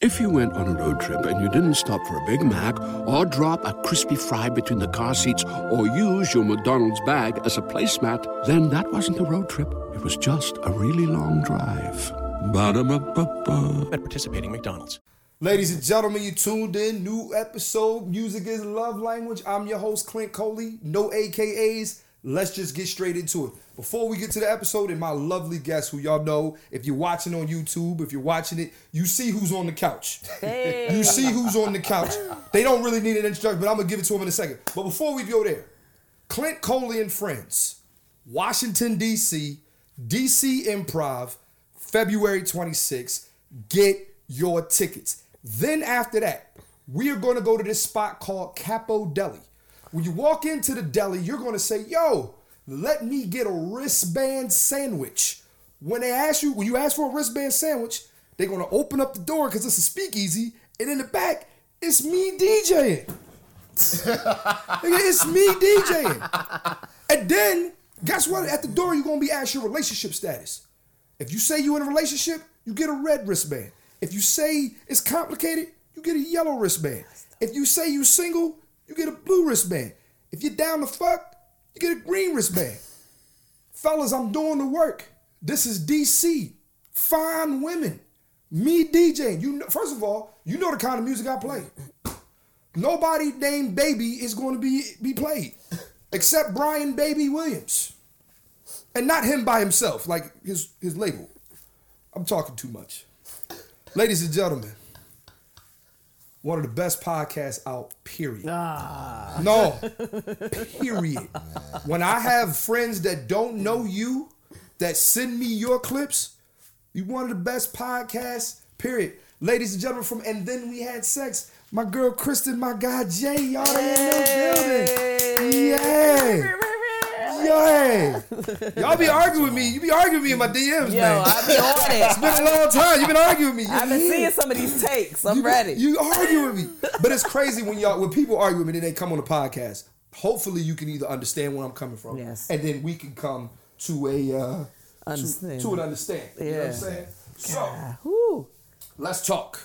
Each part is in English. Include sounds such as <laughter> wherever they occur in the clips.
If you went on a road trip and you didn't stop for a Big Mac or drop a crispy fry between the car seats or use your McDonald's bag as a placemat, then that wasn't a road trip. It was just a really long drive. Ba-da-ba-ba-ba. At participating McDonald's. Ladies and gentlemen, you tuned in. New episode. Music is love language. I'm your host, Clint Coley. No AKAs. Let's just get straight into it. Before we get to the episode, and my lovely guest, who y'all know, if you're watching on YouTube, if you're watching it, you see who's on the couch. you see who's on the couch. They don't really need an introduction, but I'm gonna give it to them in a second. But before we go there, Clint Coley and friends, Washington D.C., D.C. Improv, February 26th. Get your tickets. Then after that, we are going to go to this spot called Capo Deli. When you walk into the deli, you're going to say, "Yo, let me get a wristband sandwich." When they ask you, when you ask for a wristband sandwich, they're going to open up the door because it's a speakeasy, and in the back, it's me DJing. Nigga, it's me DJing. And then, guess what? At the door, you're gonna be asked your relationship status. If you say you're in a relationship, you get a red wristband. If you say it's complicated, you get a yellow wristband. If you say you're single, you get a blue wristband. If you're down to fuck, you get a green wristband. Fellas, I'm doing the work. This is DC. Fine women. Me DJing. You know, first of all, you know the kind of music I play. Nobody named Baby is going to be be played, except Brian Baby Williams, and not him by himself, like his his label. I'm talking too much, ladies and gentlemen. One of the best podcasts out, period. No, period. When I have friends that don't know you that send me your clips, you one of the best podcasts, period. Ladies and gentlemen, from And Then We Had Sex, my girl Kristen, my guy Jay, y'all they in the building. Yeah. Yeah. Y'all be arguing with me. You be arguing with me in my DMs, Yo, man. I've been on <laughs> It's it. been a long time. You've been arguing with me. <laughs> I've been Yeah. seeing some of these takes. I'm You- ready. You argue with me, but it's crazy when y'all when people argue with me, then they come on the podcast. Hopefully, you can either understand where I'm coming from, Yes. and then we can come to a uh, to, Understand. to an understanding. You know what I'm Yeah. saying? So Whew. let's talk.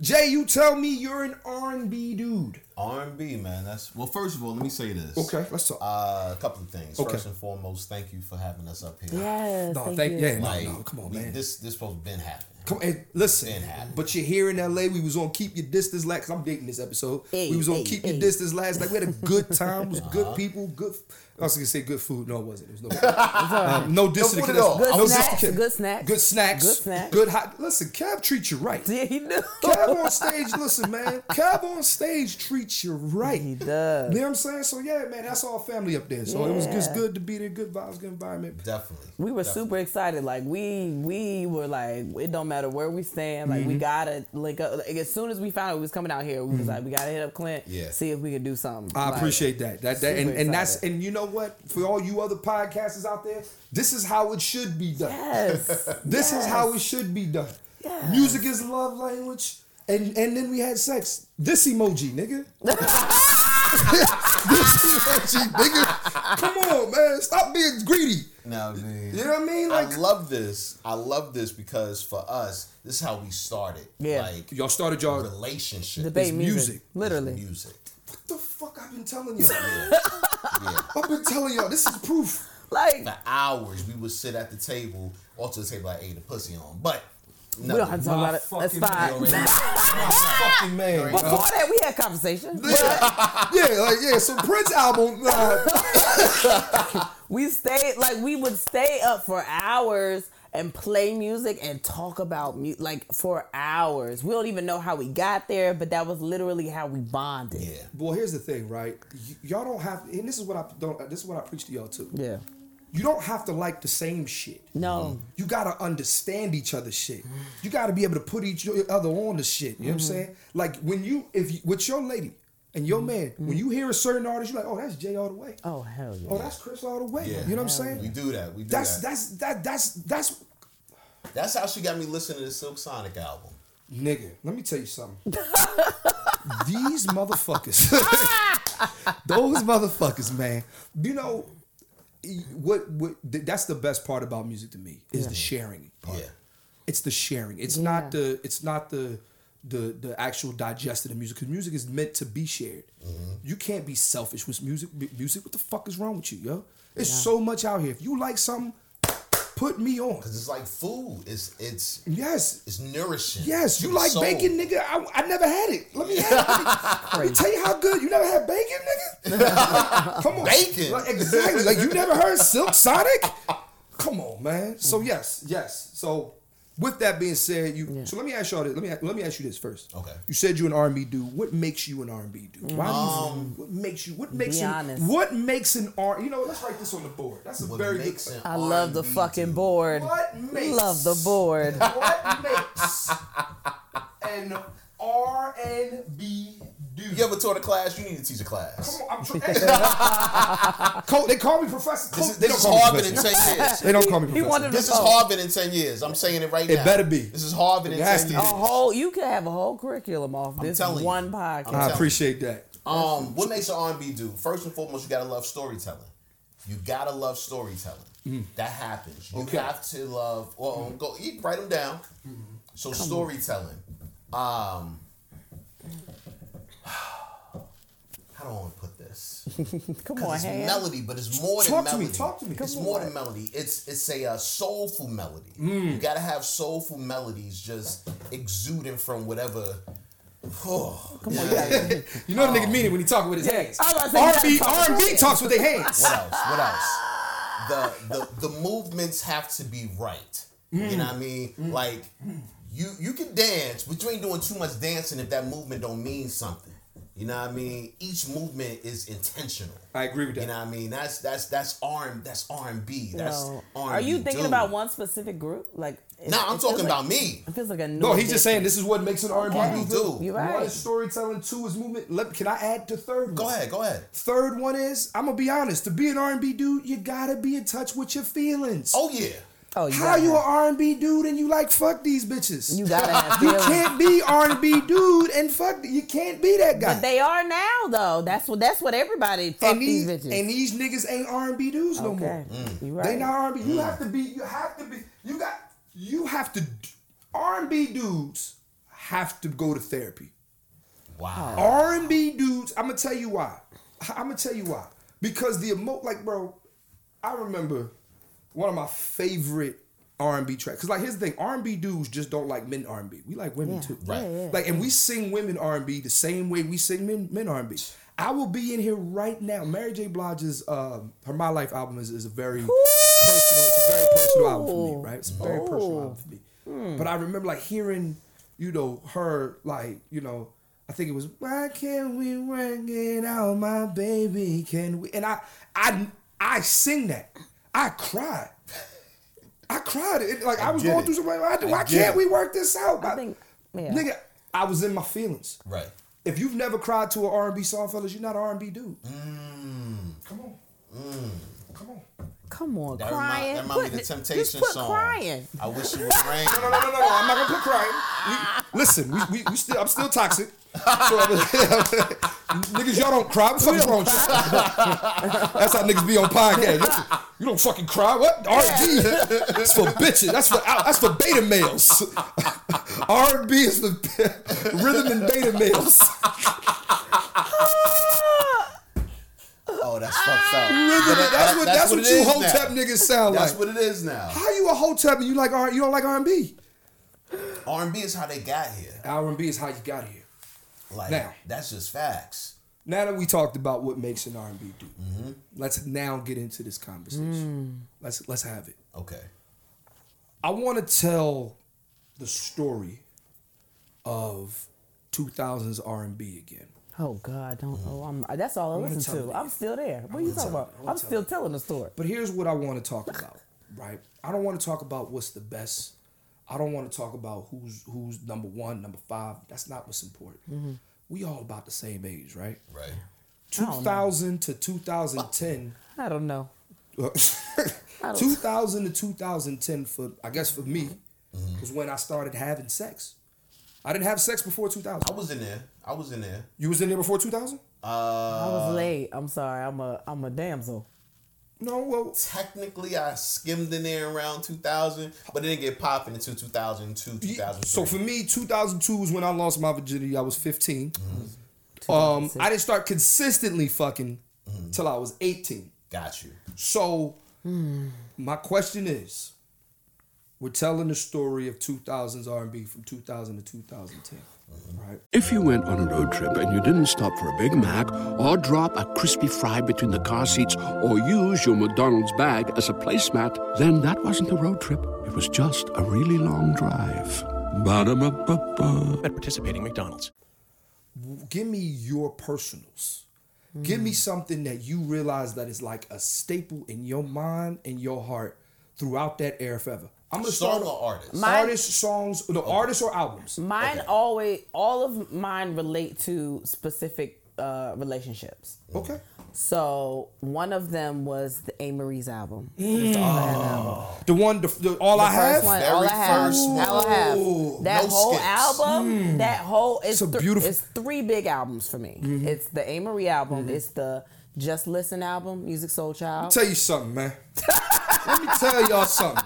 Jay, you tell me you're an R&B dude. R&B, man. That's well. First of all, let me say this. Okay, let's talk. Uh, a couple of things. Okay. First and foremost, thank you for having us up here. Yes. no, thank thank you. yeah, no, Like, no, come on, we- man. This this supposed been happening. Come and listen, It happened. but you're here in LA. We was on keep your distance last. Cause I'm dating this episode. Hey, we was on hey, keep your hey. Uh-huh. distance last. Like we had a good time. It was good people. Good. I was gonna say good food. No, it wasn't. <laughs> It was no. um, no distance. food at all. Good no snacks, dissing- good snacks. Good snacks. Good snacks. Good hot. Listen, Kev treats you <laughs> right. Yeah, he <laughs> knew. Kev on stage. Listen, man. Kev on stage treats you right. He does. You know what I'm saying? So yeah, man. That's all family up there. So it was just good to be there. Good vibes. Good environment. Definitely. We were super excited. Like we we were like, it don't matter where we stand. Like Mm-hmm. we gotta link up. Like, as soon as we found out we was coming out here, we was like, we gotta hit up Clint. Yeah. See if we can do something. I Like, appreciate that. That, that and, super and that's excited. and you know what? For all you other podcasters out there, this is how it should be done. <laughs> Yes. <laughs> This is how it should be done. Yes. Music is love language. And and then we had sex. This emoji, <laughs> nigga. <laughs> this emoji, nigga. Come on, man. Stop being greedy. Now, dude, You know what I mean? I Like love this. I love this because for us, this is how we started. Yeah. Like y'all started y'all. What relationship. Debate is music. music. Literally. Music. the fuck I've been <laughs> telling y'all? Yeah. I've been telling y'all. This is proof. Like For hours, we would sit at the table, or to the table, like, hey, the pussy on, but. we don't have to talk about it. That's fucking fine. <laughs> already- Fucking man. Before that, we had conversation. Yeah, like yeah. So Prince album. uh, We stayed like we would stay up for hours and play music and talk about mu- like for hours. We don't even know how we got there, but that was literally how we bonded. Yeah. Well, here's the thing, right? Y- y'all don't have, and this is what I don't. This is what I preach to y'all too. Yeah. You don't have to like the same shit. No. You gotta understand each other's shit. You gotta be able to put each other on the shit. You know what Mm-hmm. I'm saying? Like when you, if you, with your lady and your man, Mm-hmm. when you hear a certain artist, you're like, oh, that's Jay all the way. Oh hell yeah. Oh, that's Chris all the way. <laughs> Yeah. You know what I'm saying? We do that. We do That's that. that's that that's that's That's how she got me listening to the Silk Sonic album. Nigga, let me tell you something. These motherfuckers, <laughs> those motherfuckers, man. You know e- what? What? th- That's the best part about music to me is the sharing part. Yeah. It's the sharing. It's not the. It's not the the the actual digestion of music because music is meant to be shared. Mm-hmm. You can't be selfish with music. mu- Music, what the fuck is wrong with you, yo? It's so much out here. If you like something, put me on. Cause it's like food. It's it's Yes, it's nourishing. Yes, to you the like soul. bacon, nigga. I, I never had it. Let me, have, let, me, <laughs> let me tell you how good. You never had bacon, nigga. Come on, Bacon? Like, exactly. Like you never heard Silk Sonic. Come on, man. So Mm. yes, yes. So with that being said, you. So let me ask y'all this. Let me let me ask you this first. Okay. You said you're an R&B dude. What makes you an R&B dude? Why do Um, you, what makes you? What makes you? honest. What makes an R? You know, let's write this on the board. That's a What very good. makes an I love the R&B fucking dude? board. What makes- Love the <laughs> board. what makes an R and B dude? You ever taught a class? You need to teach a class. I'm <laughs> tr- hey. Cole, they call me professor. Cole, This is, they this don't is call me Harvard in professor. ten years. <laughs> They don't call me He professor. wanted This to is Harvard in ten years. I'm saying it right It now. better be. This is Harvard in It has ten to years. be. a whole. You could have a whole curriculum off this telling you. one I'm I telling podcast. <laughs> you. appreciate that. Um, what makes an R&B do? First and foremost, you gotta love storytelling. You gotta love storytelling. That happens. You Mm-hmm. Okay. Mm-hmm. have to love. Well, go you write them down. So storytelling. Um, how do I want to put this? Come on, Because it's hand. melody, but it's more than Talk to me, melody. talk to me. It's Come more on. Mm. than melody. It's it's a uh, soulful melody. You gotta have soulful melodies just exuding from whatever. <sighs> Come on, You know the nigga mean it when he talking with his hands. Oh. I was about to say, R&B, you gotta talk R&B with talks with their hands. What else? What else? The the the movements have to be right. Mm. You know what I mean? Like you you can dance, but you ain't doing too much dancing if that movement don't mean something. You know what I mean? Each movement is intentional. I agree with that. You know what I mean? That's that's that's R that's R and B. That's No. R. Are you thinking about one specific group? Like, it- No, I'm it feels talking like- about me. It feels like a No, he's just saying this is what makes an R&B R&B dude. dude. You're One right. is storytelling, two is movement. Let, can I add the third one? Go ahead, go ahead. Third one is, I'm gonna be honest. To be an R&B dude, you gotta be in touch with your feelings. Oh yeah. Oh, How you an gotta R and B dude and you like fuck these bitches? have- <laughs> You You, gotta have feelings. can't be R and B dude and fuck. You can't be that guy. But they are now, though. That's what. That's what everybody. Fuck and these these, bitches. and these niggas ain't R and B dudes no okay, more. you They right. Mm. not R and B. You have to be. You have to be. You got. You have to. R and B dudes have to go to therapy. Oh. Wow. R and B dudes. I'm gonna tell you why. I'm gonna tell you why. Because the emo like bro, I remember one of my favorite R and B tracks. Cause like here's the thing, R and B dudes just don't like men R and B. We like women Yeah. too, Right. Yeah, yeah, Like and we sing women R and B the same way we sing men men R and B. I will be in here right now. Mary J. Blige's um, her My Life album is, is a very personal. It's a very personal album for me, right? It's a very Oh. personal album for me. Hmm. But I remember like hearing, you know, her like, you know, I think it was Why can't we work it out, my baby? Can we? And I, I, I sing that. I cried. I cried. It, like I, was get going it. through something. Why, why get can't it. we work this out? I think- yeah. Nigga, I was in my feelings. Right. If you've never cried to an R and B song, fellas, you're not an R and B dude. Come on, come on. Come on, That crying. remind, that remind me Put- of the just Temptation put song. Crying. I wish you would <laughs> rain. No, no, no, no, no. I'm not gonna put crying. We, listen, we, we, we still, I'm still toxic. So <laughs> I'm- niggas, y'all don't cry. What the fuck is wrong with you? <laughs> That's how niggas be on podcast. Listen, you don't fucking cry. What R&B? That's for bitches. That's for out. That's for beta males. <laughs> R&B is for <laughs> rhythm and beta <laughs> males. Oh, that's fucked up. That- That's what that- that's, what, it you is now. hotep niggas sound That's like. what it is now. how you a hotep and you like R? You don't like R&B? R&B is how they got here. R&B is how you got here. Like Now. that's just facts. now that we talked about what makes an R&B do, let's now get into this conversation. Let's let's have it. Okay. I want to tell the story of 2000s R&B again. Oh God, don't. Mm. Oh, I'm. That's all I wanna listen tell to. you. I'm still there. What are you talking about? I'm still telling the story. But here's what I want to talk about, right? I don't want to talk about what's the best. I don't want to talk about who's who's number 1, number 5. That's not what's important. We all about the same age, right? Right. 2000 to 2010 I don't know. Uh, 2000 to 2010 for I guess for me was when I started having sex. I didn't have sex before 2000. I was in there. I was in there. Uh, You was in there before 2000? I was late. I'm sorry. I'm a. I'm a damsel. No, well, Technically, I skimmed in there around 2000, but it didn't get popping until 2002, 2003. so for me, 2002 is when I lost my virginity. I was 15. Um, I didn't start consistently fucking till I was 18. Got you. So, my question is: We're telling the story of 2000s R&B from 2000 to 2010, right? If you went on a road trip and you didn't stop for a Big Mac or drop a crispy fry between the car seats or use your McDonald's bag as a placemat, then that wasn't a road trip. It was just a really long drive. Ba-da-ba-ba-ba. at participating McDonald's. Give me your personals. Give me something that you realize that is like a staple in your mind and your heart throughout that era forever. I'm gonna Song start or artist? Mine- artists, songs, no artists or albums. Mine always, all of mine relate to specific uh, relationships. Okay. So one of them was the A. Marie's album. It's all I had album. The one, the, the all I The first have. one, Very all I have, first one. all I have. Ooh, That no whole skips. album, that whole it's, It's a thr- Mm. beautiful- Mm-hmm. It's three big albums for me. It's the A. Marie album. It's the Just Listen album, Music Soul Child. tell you something, man. Let me tell y'all something.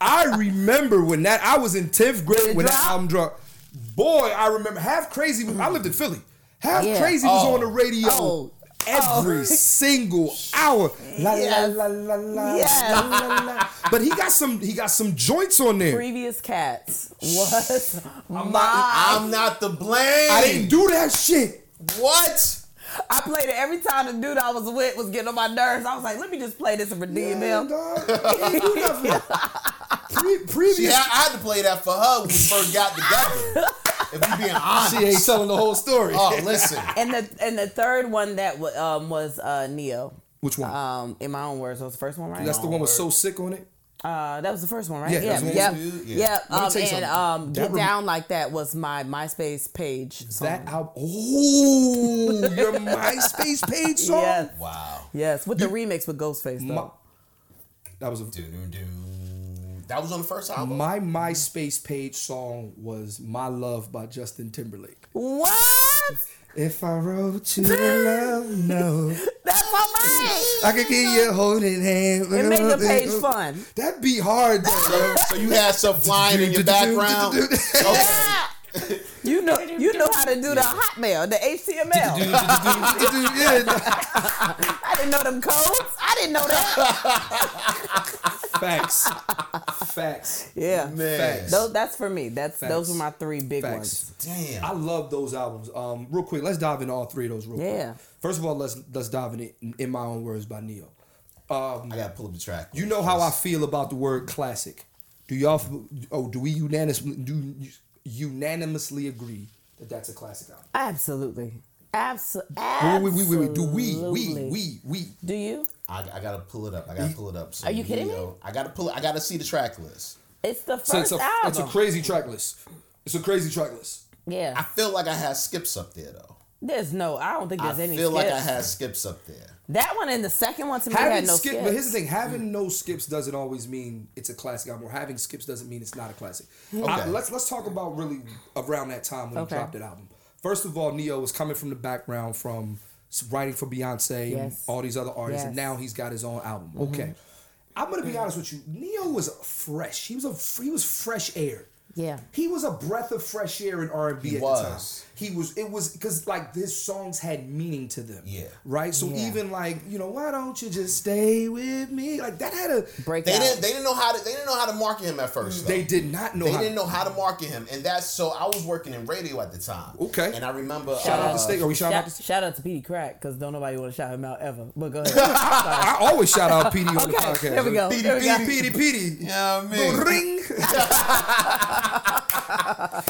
I remember when that I was in tenth grade when that dropped? album dropped. Boy, I remember half crazy. I lived in Philly. Half Yeah. crazy was on the radio Oh. every Oh. <laughs> single hour. La Yes. la la la la. Yes. la, <laughs> la, la. But he got some. He got some joints on there. Previous cats was my. I'm not to blame. I didn't do that shit. What? I played it every time the dude I was with was getting on my nerves. I was like, let me just play this and redeem Man, him. dog. I <laughs> didn't do nothing. Pre- previous. See, I, I had to play that for her when we first got together. if you being honest. she ain't telling the whole story. Oh, listen. <laughs> And the and the third one that w- um, was uh, Neo. Which one? Um, in my own words, that was the first one, right? That's the one with so sick on it. Uh, that was the first one, right? Yeah, that was yep. the Yep. one Yeah. yep. Let me Um, tell you and something. um, That get rem- down like that was my MySpace page. Song. That album. Oh, <laughs> your MySpace page song. Yes. Wow. Yes. With the remix with Ghostface My- though. that was a, Doo-doo-doo. That was on the first album. my MySpace page song was "My Love" by Justin Timberlake. what? If I wrote you a love <laughs> note, <laughs> That's all right. I could get you holding hand. It made your page <laughs> fun. That be hard <laughs> though. So you had some flying in your background. Okay. You know, you know how to do the Hotmail, the HTML. yeah, I didn't know them codes. I didn't know <laughs> that. <laughs> <laughs> facts, facts. Yeah. Man. Facts. Those, that's for me. That's those Facts. were my three big Facts. ones. Damn. I love those albums. Um, real quick, let's dive into all three of those real Yeah. quick. First of all, let's let's dive in it in my own words by Neo. Um, I gotta pull up the track. You know how I feel about the word classic. Do y'all? f- Oh, do we unanimously do you- unanimously agree that that's a classic album? Absolutely. Absol- Wait, Absolutely. wait, wait, wait, wait. Do we? We? We? We? Do you? I, I gotta pull it up. I gotta pull it up. So Are you kidding me? know- I gotta pull. it- I gotta see the track list. It's the first So it's a album. it's a crazy track list. It's a crazy track list. yeah. I feel like I had skips up there though. There's no. I don't think I there's feel any. like I skips. had skips up there. that one and the second one to me Having had no skip, skips. but here's the thing: having no skips doesn't always mean it's a classic album. Or having skips doesn't mean it's not a classic. I- let's let's talk about really around that time when Hmm. Okay. he dropped that album. First of all, Neo was coming from the background from s- writing for Beyonce, and Yes. all these other artists, and Yes. Mm-hmm. now he's got his own album. Okay, I'm gonna be honest with you. Neo was fresh. He was a he was fresh air. Yeah. he was a breath of fresh air in R and B at the time. was. He was. It was because like his songs had meaning to them. Yeah. Right. So Yeah. even like you know why don't you just stay with me? Like that had a. Break They out. didn't. They didn't know how to. They didn't know how to market him at first. though. They did not know. They how didn't know how to market him, and that's so. I was working in radio at the time. Okay. And I remember. Shout out uh, to State. Are we shouting out Shout, to State? shout out to Petey Crack because don't nobody want to shout him out ever. But go ahead. <laughs> I, I always shout out PD on the Okay, podcast. there we go. PD, There we go. PD, PD, PD. Yeah, I mean. Ring.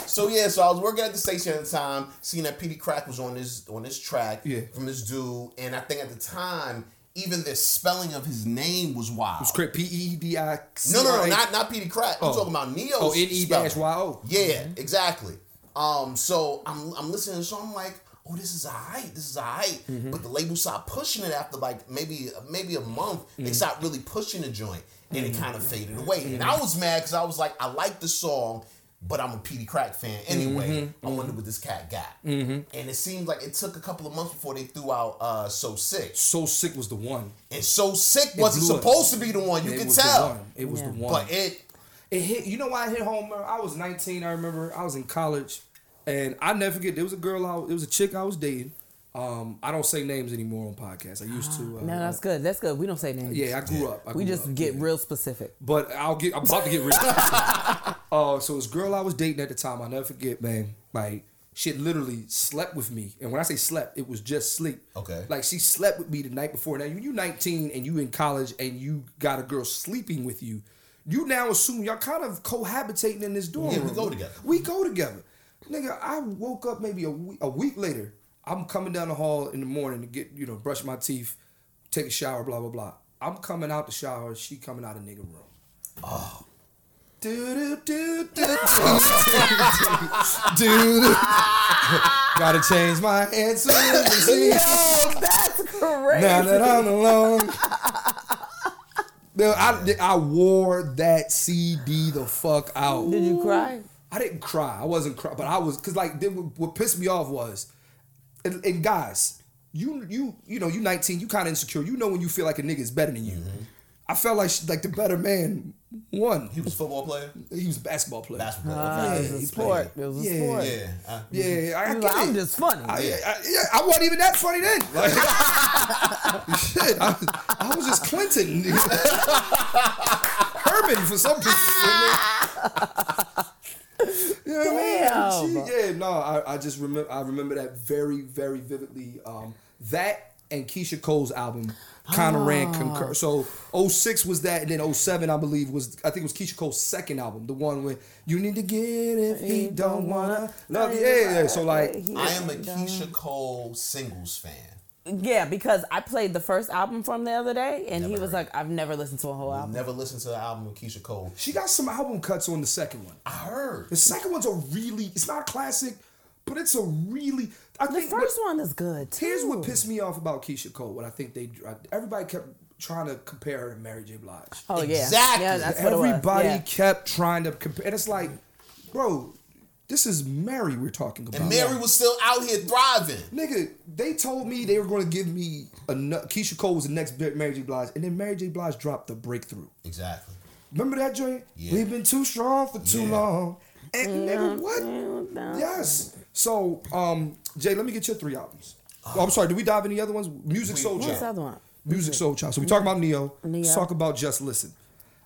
So yeah, so I was working at the station at the time, seeing that Petey Crack was on this on this track Yeah. from this dude, and I think at the time, even the spelling of his name was wild. Script P E D I. C No, no, R no, A. not not Petey Crack. I'm Oh. talking about Neo. Oh, N-E-Y-O. Yeah, Mm-hmm. exactly. Um, so I'm I'm listening to the song, I'm like, oh, this is alright, this is alright. Mm-hmm. But the label stopped pushing it after like maybe maybe a month. Mm-hmm. They stopped really pushing the joint, and it kind of faded away. And I was mad because I was like, I like the song. but I'm a PD Crack fan anyway. Mm-hmm. I wonder what this cat got. And it seemed like it took a couple of months before they threw out uh, So Sick. So sick was the one. And So Sick wasn't blew up. supposed to be the one. You it could was The tell. one. It was the Yeah. one. But it it hit. You know why it hit home? man? I was 19. I remember I was in college, and I never forget. There was a girl. I, it was a chick I was dating. Um, I don't say names anymore on podcasts. I used to. Uh, Ah, No, that's good. That's good. We don't say names. yeah, I grew up. I We grew just up, get yeah. real <laughs> specific. But I'll get. I'm about to get rich. uh, so this girl I was dating at the time, I never forget, man. Like she had literally slept with me, and when I say slept, it was just sleep. Okay. Like she slept with me the night before. Now when you 19 and you in college and you got a girl sleeping with you, you now assume y'all kind of cohabitating in this dorm Yeah, we room. go together. Oh, We go together. Nigga, I woke up maybe a week, a week later. I'm coming down the hall in the morning to get, you know, brush my teeth, take a shower, blah, blah, blah. I'm coming out the shower, she coming out of nigga room. Oh. Do, do, do, do, do, do, do. Gotta change my answer. <laughs> Yo, that's crazy. now that I'm alone. Dude, I, I wore that CD the fuck out. Did you cry? I didn't cry. I wasn't cry, but I was because like then what, what pissed me off was, and, and guys, you you you know you 19, you kind of insecure. You know when you feel like a nigga is better than you. I felt like sh- like the better man won. he was a football player. He was a basketball player. Basketball. Oh, okay. it was a sport. It was a Yeah. sport. Yeah. I- yeah, yeah, I, I You get like, I'm it. just funny. I, I, yeah, I wasn't even that funny then. Like, <laughs> shit, I, was- I was just Clinton, <laughs> Herman for some people. <laughs> You know what I mean? Damn. She- yeah, no, I, I just remember I remember that very very vividly. Um, that and Keisha Cole's album kind of ran concur. So 06 was that, and then 07 I believe was I think it was Keisha Cole's second album, the one with you need to get if he don't wanna love you. Yeah, yeah. So like. I am a Keisha Cole singles fan. Yeah, because I played the first album from the other day, and he Never was heard. like, "I've never listened to a whole album." Never listened to the album of Keisha Cole. She got some album cuts on the second one. I heard. The second one's a really, it's not a classic, but it's a really. I The think what- first one is good. Too. here's what pissed me off about Keisha Cole. What I think they, everybody kept trying to compare her to Mary J. Blige. Oh yeah, Exactly. Yeah, that's what everybody It was. Yeah. kept trying to compare, and it's like, bro, this is Mary we're talking about. And Mary was still out here thriving. Nigga, they told me they were going to give me a nu- Keisha Cole was the next big Mary J. Blige, and then Mary J. Blige dropped the breakthrough. Exactly. Remember that joint? Yeah. We've been too strong for too Yeah. long. And nigga, what? Yes. So, um, Jay, let me get your three albums. Oh, I'm sorry. Did we dive into the other ones? Music Soul What's the Child. other one? Music Soul Child. So we talk about Neo. Let's Neo. talk about Just Listen.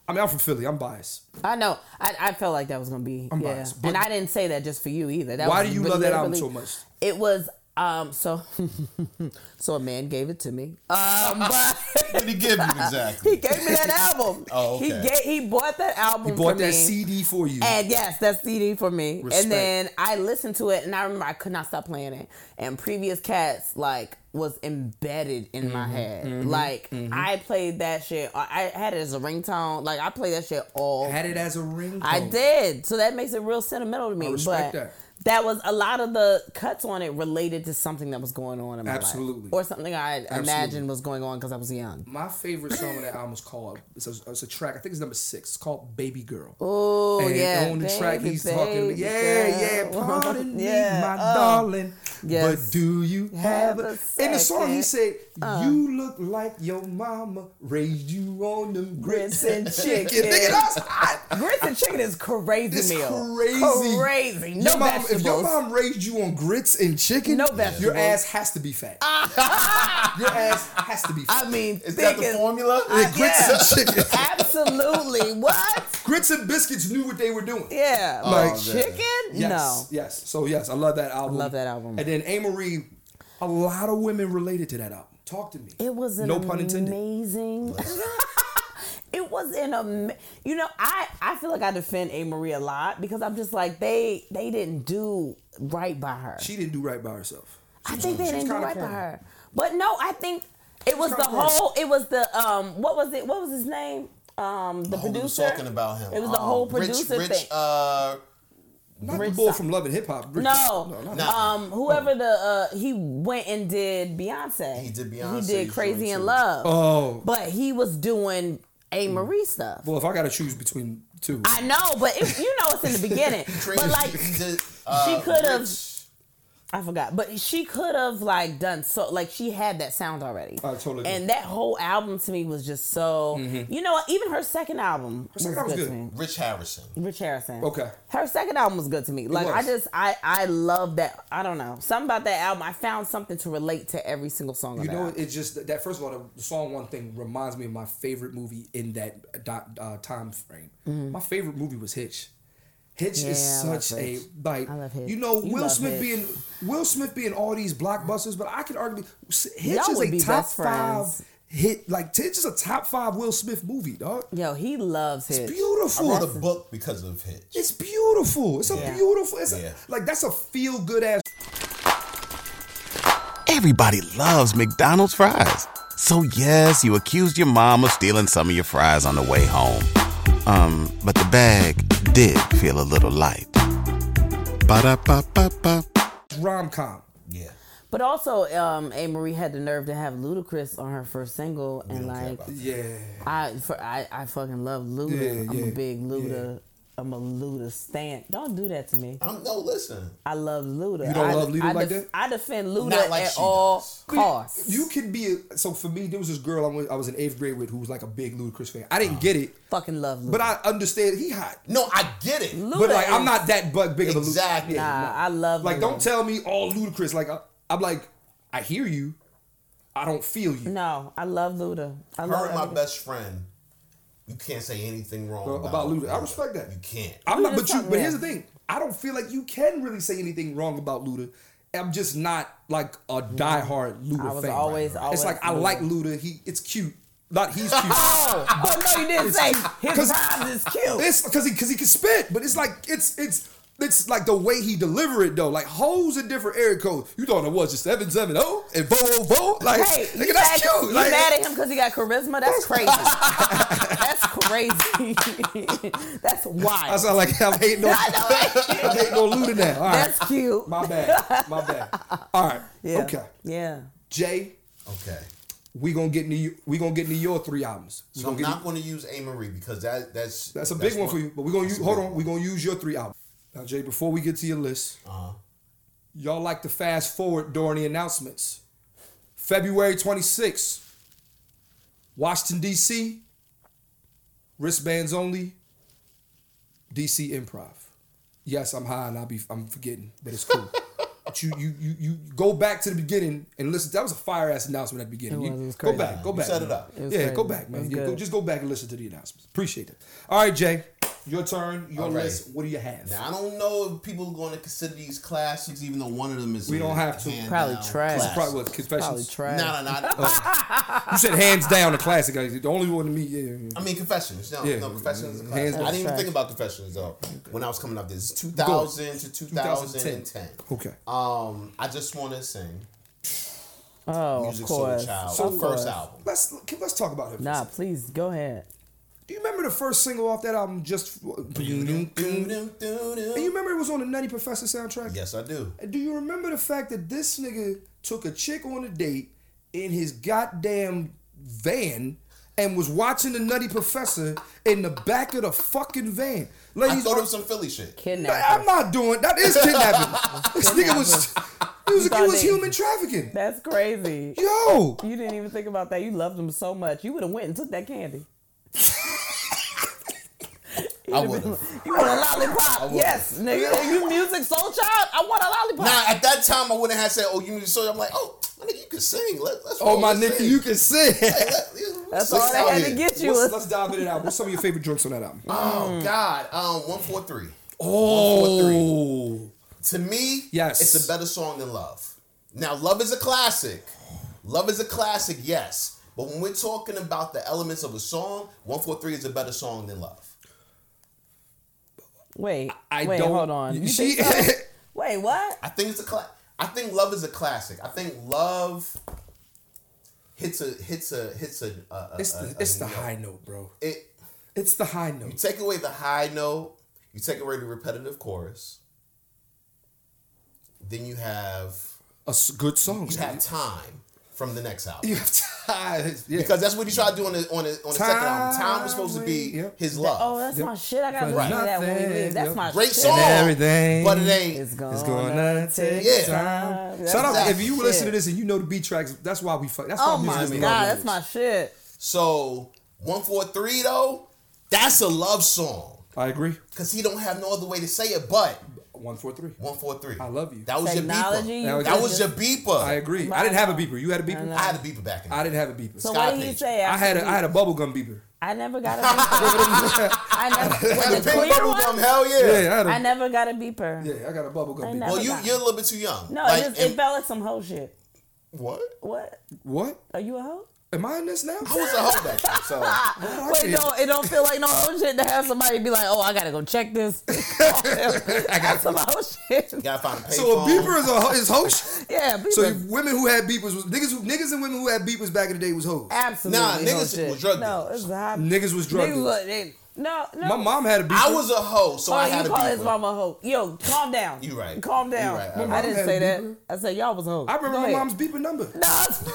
I mean, I'm from Philly. I'm biased. I know. I, I felt like that was gonna be. I'm yeah. biased, but- and I didn't say that just for you either. That Why was do you love that album literally- so much? It was um so <laughs> so a man gave it to me. Um, but What did he give you he <laughs> exactly? gave me that album. Oh, He okay. gave he bought that album. He bought for that me. CD for you. And yes, that's CD for me. Respect. And then I listened to it, and I remember I could not stop playing it. And previous cats like was embedded in Mm-hmm. my head. Like I played that shit. I I had it as a ringtone. Like I played that shit all. Had it as a ring. I did. So that makes it real sentimental to me. I respect but that. that. was a lot of the cuts on it related to something that was going on in my Absolutely. life, or something I Absolutely. imagined was going on because I was young. My favorite song on that album is called. It's a, it's a track. I think it's number six. It's called "Baby Girl." Oh and yeah, on the baby, track he's talking baby yeah yeah girl." pardon me Yeah, my oh. darling Yes. but do you have Have a a in the song he said second. uh. you look like your mama raised you on them grits Grits and <laughs> and chicken chicken. nigga that's I, Grits and chicken is crazy it's meal. crazy Crazy. No Your mom, if vegetables. your mom raised you on grits and chicken, No your vegetables. ass has to be <laughs> fat. your ass has to be fat. I mean, Is that the thinking- formula? I- grits yeah. and chicken. Absolutely. What? grits and biscuits knew what they were doing. Yeah. Like- Like chicken? Yes, yes. So yes, I love that album. Love that album. And then Amory, a lot of women related to that album. Talk to me. No. It was an no pun intended. amazing. <laughs> it was an am. You know, I I feel like I defend A Marie a lot because I'm just like they they didn't do right by her. She didn't do right by herself. I think they she was didn't do kinda right by corny. her. But no, I think it was the kinda corny. whole. It was the um. What was it? What was his name? Um, the Who was producer. talking about him? It was the whole Um, Rich- producer Rich, thing. Uh, Not the Rich boy Sa- from Love and Hip Hop. Rich- No, not Nah. um, whoever the uh, he went and did Beyonce. He did Beyonce's He did joint, Crazy too. in Love. Oh. Mm. but he was doing a Marie stuff. Well, if I gotta choose between too. I know, but it, you know it's in <laughs> the beginning. but like uh, Uh, she could've- I forgot, but she could have like done so like she had that sound already. I totally agree. And that whole album to me was just so you know what? even her second album second was album's good, good. to me. <laughs> Rich Harrison. Rich Harrison. Okay. Her second album was good to me. Like I was. just I I love that I don't know. Something about that album I found something to relate to every single song You on that know, album. it's just that first of all, the song one thing reminds me of my favorite movie in that dot, uh, time frame. My favorite movie was Hitch. Hitch Mm-hmm. Yeah, is I love such a Hitch. like I love Hitch. you know You Will love Smith Hitch. being Will Smith being all these blockbusters, but I could argue Hitch Y'all is would a be top best five friends. hit. Like Hitch is a top five Will Smith movie, dog. Yo, he loves It's it. I beautiful. wrote a book because of Hitch. It's beautiful. It's a Yeah. beautiful. It's a- Yeah. like that's a feel good ass. Everybody loves McDonald's fries. So yes, you accused your mom of stealing some of your fries on the way home. Um, but the bag did feel a little light. Ba-da-ba-ba-ba. rom com. Yeah. But also, um, A. Marie had the nerve to have Ludacris on her first single, and like, Yeah. I, for, I, I fucking love Luda. Yeah, I'm yeah, a big Luda. I'm a Luda stan. Don't do that to me. I'm no listen. I love Luda. You don't I, love Luda I like that? def- I defend Luda Not like at she all does. costs. You could be a, so for me. There was this girl I, went, I was in eighth grade with who was like a big Ludacris fan. I didn't get it, fucking love Luda. but I understand he hot. No, I get it. Luda But like I'm is- not that but big of a Ludacris. Exactly. Nah, I love. Like Luda. don't tell me all Ludacris. Like I, I'm like I hear you, I don't feel you. No, I love Luda. I Her love and my Luda. best friend. You can't say anything wrong Bro, about, about Luda. I respect that. You can't. I'm not. But Luda's you. not- But here's the yeah. thing. I don't feel like you can really say anything wrong about Luda. I'm just not like a diehard Luda fan. I was always, always It's like I Luda. like Luda. He. It's cute. Not <laughs> he's cute. Oh, oh no, you didn't <laughs> say his rhymes is cute. It's because he because he can spit, but it's like it's it's it's like the way he deliver it though. Like hoes a different area code. You thought it was just seven seven oh and vo oh vo. Like Hey, nigga, you that's mad, cute. You Like, mad at him because he got charisma? That's crazy. <laughs> that's crazy. <laughs> that's wild. I sound like I'm hating on <laughs> I <laughs> I'm hating on know, Luda now. All right, That's cute. my bad, my bad. <laughs> All right, yeah. okay, Yeah. Jay. Okay. We gonna get into you- we gonna get into your three albums. We So gonna I'm get not going to use A. Marie because that that's that's a big one for you, but we gonna that's use, a hold big on. one. We gonna use your three albums. Now, Jay, before we get to your list, Uh-huh. y'all like to fast forward during the announcements. February 26th, Washington, D.C., wristbands only, D.C. improv. Yes, I'm high and I'll be I'm forgetting, but it's <laughs> cool. but you, you you you go back to the beginning and listen. That was a fire ass announcement at the beginning. It was, You- it was go crazy. back, go You back. set it man. up. It was yeah, go crazy. back, It man. was Yeah, go, good. just go back and listen to the announcements. Appreciate it. All right, Jay, your turn. Your All right. list. What do you have? Now I don't know if people are going to consider these classics, even though one of them is We don't a have to. hand Probably down trash. classic. Probably what, Probably confessions. trash. No, no, no. You said hands down a classic. The only one to me. Yeah, yeah, yeah. I mean, Confessions. No, Yeah. no, Confessions. Is Hands a classic. I down. didn't even think about Confessions though when I was coming up. This is 2000 to 2010. 2010. Okay. Um, I just want to sing Oh, "Music of Soul course. Child," of her course. first album. Let's can- let's talk about him. Nah, please go ahead. Do you remember the first single off that album? Just do you remember it was on the Nutty Professor soundtrack? Yes, I do. And Do you remember the fact that this nigga took a chick on a date in his goddamn van and was watching the Nutty Professor in the back of the fucking van? I Ladies, thought it was some Philly shit. Nah, Kidnapping. I'm not doing that. Is <laughs> kidnapping? this nigga was, he was, he thought was they- human trafficking. That's crazy. Yo, You didn't even think about that. You loved him so much. You would have went and took that candy. I would have. <laughs> You want a lollipop? Yes, nigga. You music soul child? I want a lollipop. Now at that time, I wouldn't have said, "Oh, you need to sing." I'm like, "Oh, my nigga, you can sing. Let, let's oh roll my this nigga, thing. you can sing. Hey, let- you- That's let's all they out had to here. get you. Let's, was- let's dive into that album. What's some of your favorite joints on that album? Oh God, um, one four three. Oh, To me, Yes. it's a better song than Love. Now, Love is a classic. Love is a classic, yes. But when we're talking about the elements of a song, one four three is a better song than Love. Wait, I wait, don't- hold on. You She- think <laughs> so? wait, what? I think it's a cla- I think Love is a classic. I think Love hits a hits a hits a. a, a it's a- the it's a the note. high note, bro. It It's the high you note. take away the high note, you take away the repetitive chorus. Then you have A s- good song. you have time. from the next album. You have <laughs> time. Yeah. Because that's what he tried to do on the on the, on the second album. Time was supposed to be Time, yep. his love. Oh, that's my shit. I gotta For listen to that when we nothing, leave. That's yep. my Great shit. song, everything but it ain't. It's gonna, It's gonna take Yeah. time. That's Shout out if exactly you shit. listen to this and you know the beat tracks. That's why we fuck. That's Oh why music my is god, love that's language. my shit. So one four three though, that's a love song I agree. because he don't have no other way to say it but One four three. one four three. I love you. That was Technology, your That you beeper. That could've was just- your beeper. I agree. I didn't have a beeper. You had a beeper. I had a beeper back in. I the didn't have a beeper. So Sky what did he page. say? I after had a he- I had a bubblegum beeper. <laughs> I never got a beeper. I never day. was the it pink clear bubble gum, one. hell yeah. Yeah, I had a, I never got a beeper. yeah, I got a bubblegum I beeper. never Well, you got it. you're a little bit too young. No, Like, it, just, and- it felt like some hoe shit. what? What? What? Are you a hoe? Am I in this now? I was a hoe back then, so Wait, no, it don't feel like no hoe shit to have somebody be like, oh, I gotta go check <laughs> this. <laughs> I got some hoe shit. gotta find a payphone. So a beeper is a ho- is host. <laughs> Yeah, So beeper. women who had beepers was niggas. Who, niggas and women who had beepers back in the day was hoes. absolutely. Nah, hoe niggas shit. was drug No, dealers. it's hot. Niggas was drug Niggas dealers. was- they- No, no. My mom had a beeper. I was a hoe, so Oh, I you had a call his beeper. mama hoe. Yo, calm down. You right. Calm You down. right, I I, right. didn't Mom say had that. beeper. I said y'all was hoes. I remember Go my ahead. <laughs> mom's beeper number. Shit. No, <laughs> it's-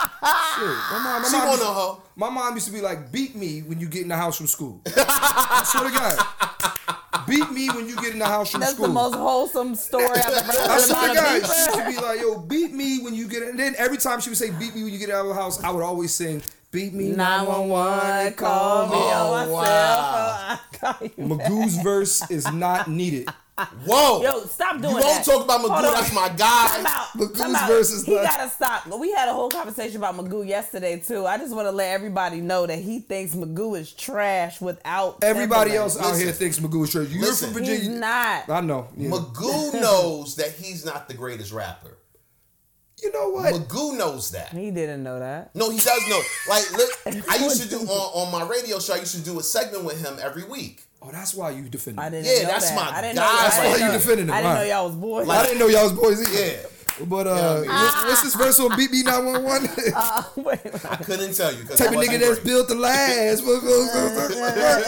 My mom, my She mom wasn't used, a hoe. my mom used to be like, "Beat me when you get in the house from <laughs> school." I swear to God, beat me when you get in the house from that's school. the most wholesome story I've ever I heard swear to about a God, beeper. she used <laughs> to be like, "Yo, beat me when you get." in. And then every time she would say, "Beat me when you get out of the house," I would always sing, "Beat me 911, 911 call me on Oh, my wow. cell phone. I call you. Magoo's verse is not needed. <laughs> Whoa. Yo, stop doing you that. don't talk about Hold Magoo. on. That's my guy. Time out. Magoo's Time out. versus He the- gotta stop. But We had a whole conversation about Magoo yesterday too. I just want to let everybody know that he thinks Magoo is trash without Everybody temperament. else out Listen. here thinks Magoo is trash. You're Listen. from He's Virginia. not. I know. yeah. Magoo knows that he's not the greatest rapper. you know what? Magoo knows that. He didn't know that. No, he does know. <laughs> Like, look, I used to do on, on my radio show. I used to do a segment with him every week. oh, that's why you defend. I him. didn't. Yeah, know that's that. my I didn't guy. Know, I That's why didn't you know- defending him, I didn't right. know y'all was boys. I didn't know y'all was boys either. Yeah, But uh, Yeah, I what- what's this verse on Beat Me 911? Wait, I couldn't tell you. Type of nigga that's built to last. What goes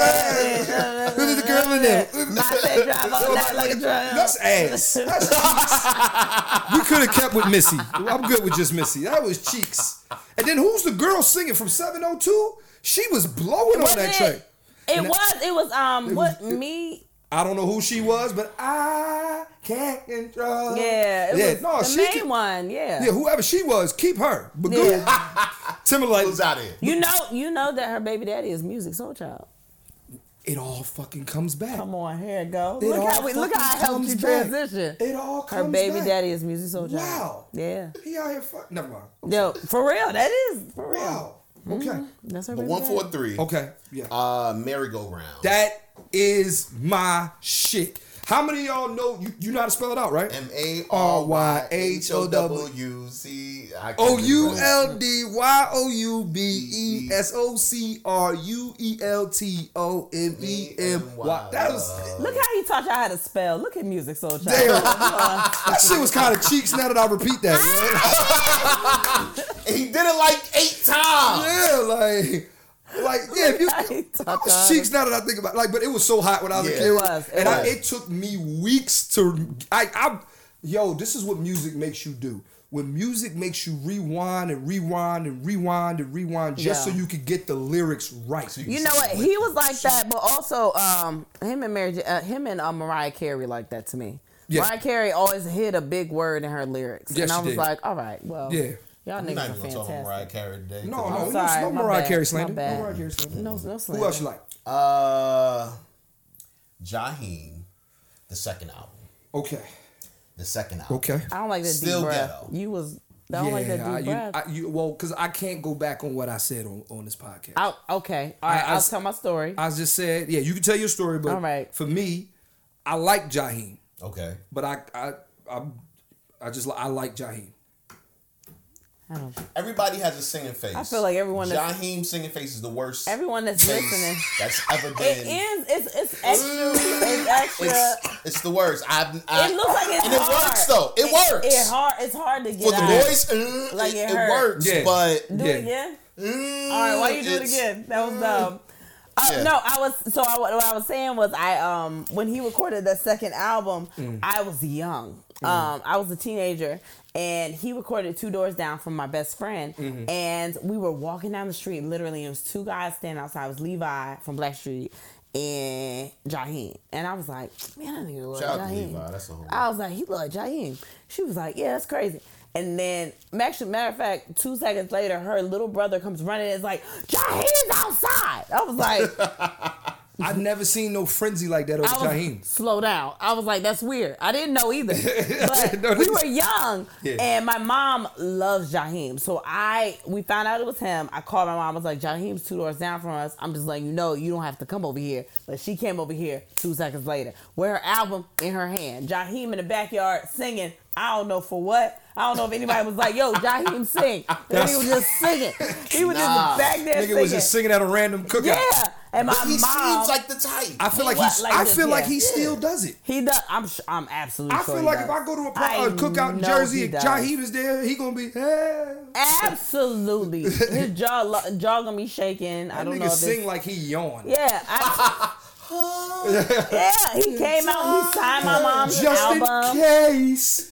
Look at the girl in there. my say drive up, not like <laughs> a drive. That's ass. <laughs> That's cheeks. We could have kept with Missy. I'm good with just Missy. That was cheeks. And then who's the girl singing from 702? She was blowing Was on that it- track. It was. It was. Um. What was- it- me? I don't know who she was, but I can't control. Yeah. It was uh, no, the she main could- one. Yeah, whoever she was, keep her. But good. <laughs> Timberlake. was out here. You know, you know that her baby daddy is music soul child. It all fucking comes back. Come on, here it go. It all look how we, look how I fucking helped you comes back. transition. It all her comes baby back. daddy is music soul child. Wow. Yeah. He out here fuck. Never mind. Yo, for real, that is for real. Wow. Okay. That's her But baby one daddy. four three. Okay. Yeah. Uh, merry-go-round. that is my shit. How many of y'all know you, you know how to spell it out, right? M A R Y H O W C I couldn't O U remember. L D Y O U B E S O C R U E L T O M E M Y. That was Look how he taught y'all how to spell. Look at music soul child. Damn. Come on. that shit was kind of cheeks. Now that I repeat that, man. And He did it like eight times. Yeah, like, like yeah. If you, I I thought was that. cheeks now that I think about. It. Like, but it was so hot when I was Yeah. a kid. It was, it and I, was. it took me weeks to. I, I, yo, this is what music makes you do. When music makes you rewind and rewind and rewind and rewind just Yeah. so you could get the lyrics right. You know what? He was like that, but also um, him and Mary, J- uh, him and uh, Mariah Carey like that to me. Yeah. Mariah Carey always hid a big word in her lyrics, Yes, and I she was did. like, all right, well, Yeah. y'all I'm not niggas are even gonna talk about Mariah fantastic. Carey today. No, no, I'm no, sorry, no my Mariah bad, Carey my slander. No bad. Mariah Carey slander. No, no Who else you slander. like? Uh, Jaheim, the second album. Okay, The second album. okay. I don't like that Still deep breath. ghetto. You was I don't like that deep I, you, breath. I, you, well, because I can't go back on what I said on, on this podcast. I, okay, all right. I- I I, will s- tell my story. I just said, yeah, you can tell your story, but All right. for me, I like Jaheim, Okay. but I I I, I just li- I like Jaheim. I don't, Everybody has a singing face. I feel like everyone that's- Jaheim singing face is the worst. everyone that's face listening, That's ever it been. is. It's it's extra. it's extra. It's, it's the worst. I've, I, it looks like it's and it hard. works though. It, works It hard. It's hard to get for the out. voice. mm, Like, it, it it hurt. works, Yeah. but Do Yeah. it again. mm, All right, why you do it it's- again? That was dumb. Oh, Yeah. No, I was so I, what I was saying was I um when he recorded the second album, Mm. I was young. Um, I was a teenager, and he recorded two doors down from my best friend, Mm-hmm. and we were walking down the street. Literally, it was two guys standing outside. It was Levi from Black Street and Jaheen, and I was like, man, I need to look Shout out to Jaheen. Levi, that's a whole- I was like, he looked like Jaheim. She was like, yeah, that's crazy. And then, actually, matter of fact, two seconds later, her little brother comes running and is like, Jaheim's outside. I was like, I've never seen no frenzy like that over I was, Jaheim. <laughs> slow down. I was like, that's weird. I didn't <laughs> know either. But No, we this- were young, Yeah. and my mom loves Jaheim. So I, we found out it was him. I called my mom. I was like, Jaheim's two doors down from us. I'm just letting you know, you don't have to come over here. But she came over here two seconds later with her album in her hand. Jaheim in the backyard singing. I don't know for what. I don't know if anybody was like, yo, <laughs> Jaheim sing. And he was just singing. He was Nah. just back there Nigga singing. was just singing at a random cookout. yeah. And my But he mom. seems like the type. I feel He like wa- he's. like I this, feel like yeah. he Yeah. still does it. He does. I'm. sh- I'm absolutely. I sure feel he like does. if I go to a, pro- I a cookout in know Jersey he and does. Jaheim is there, he gonna be. Hey. <laughs> absolutely, his jaw lo- jaw gonna be shaking. I That don't know. nigga If sing it's- like he yawned. yeah, I, <laughs> yeah. He came out. He signed my mom's Just album. in case.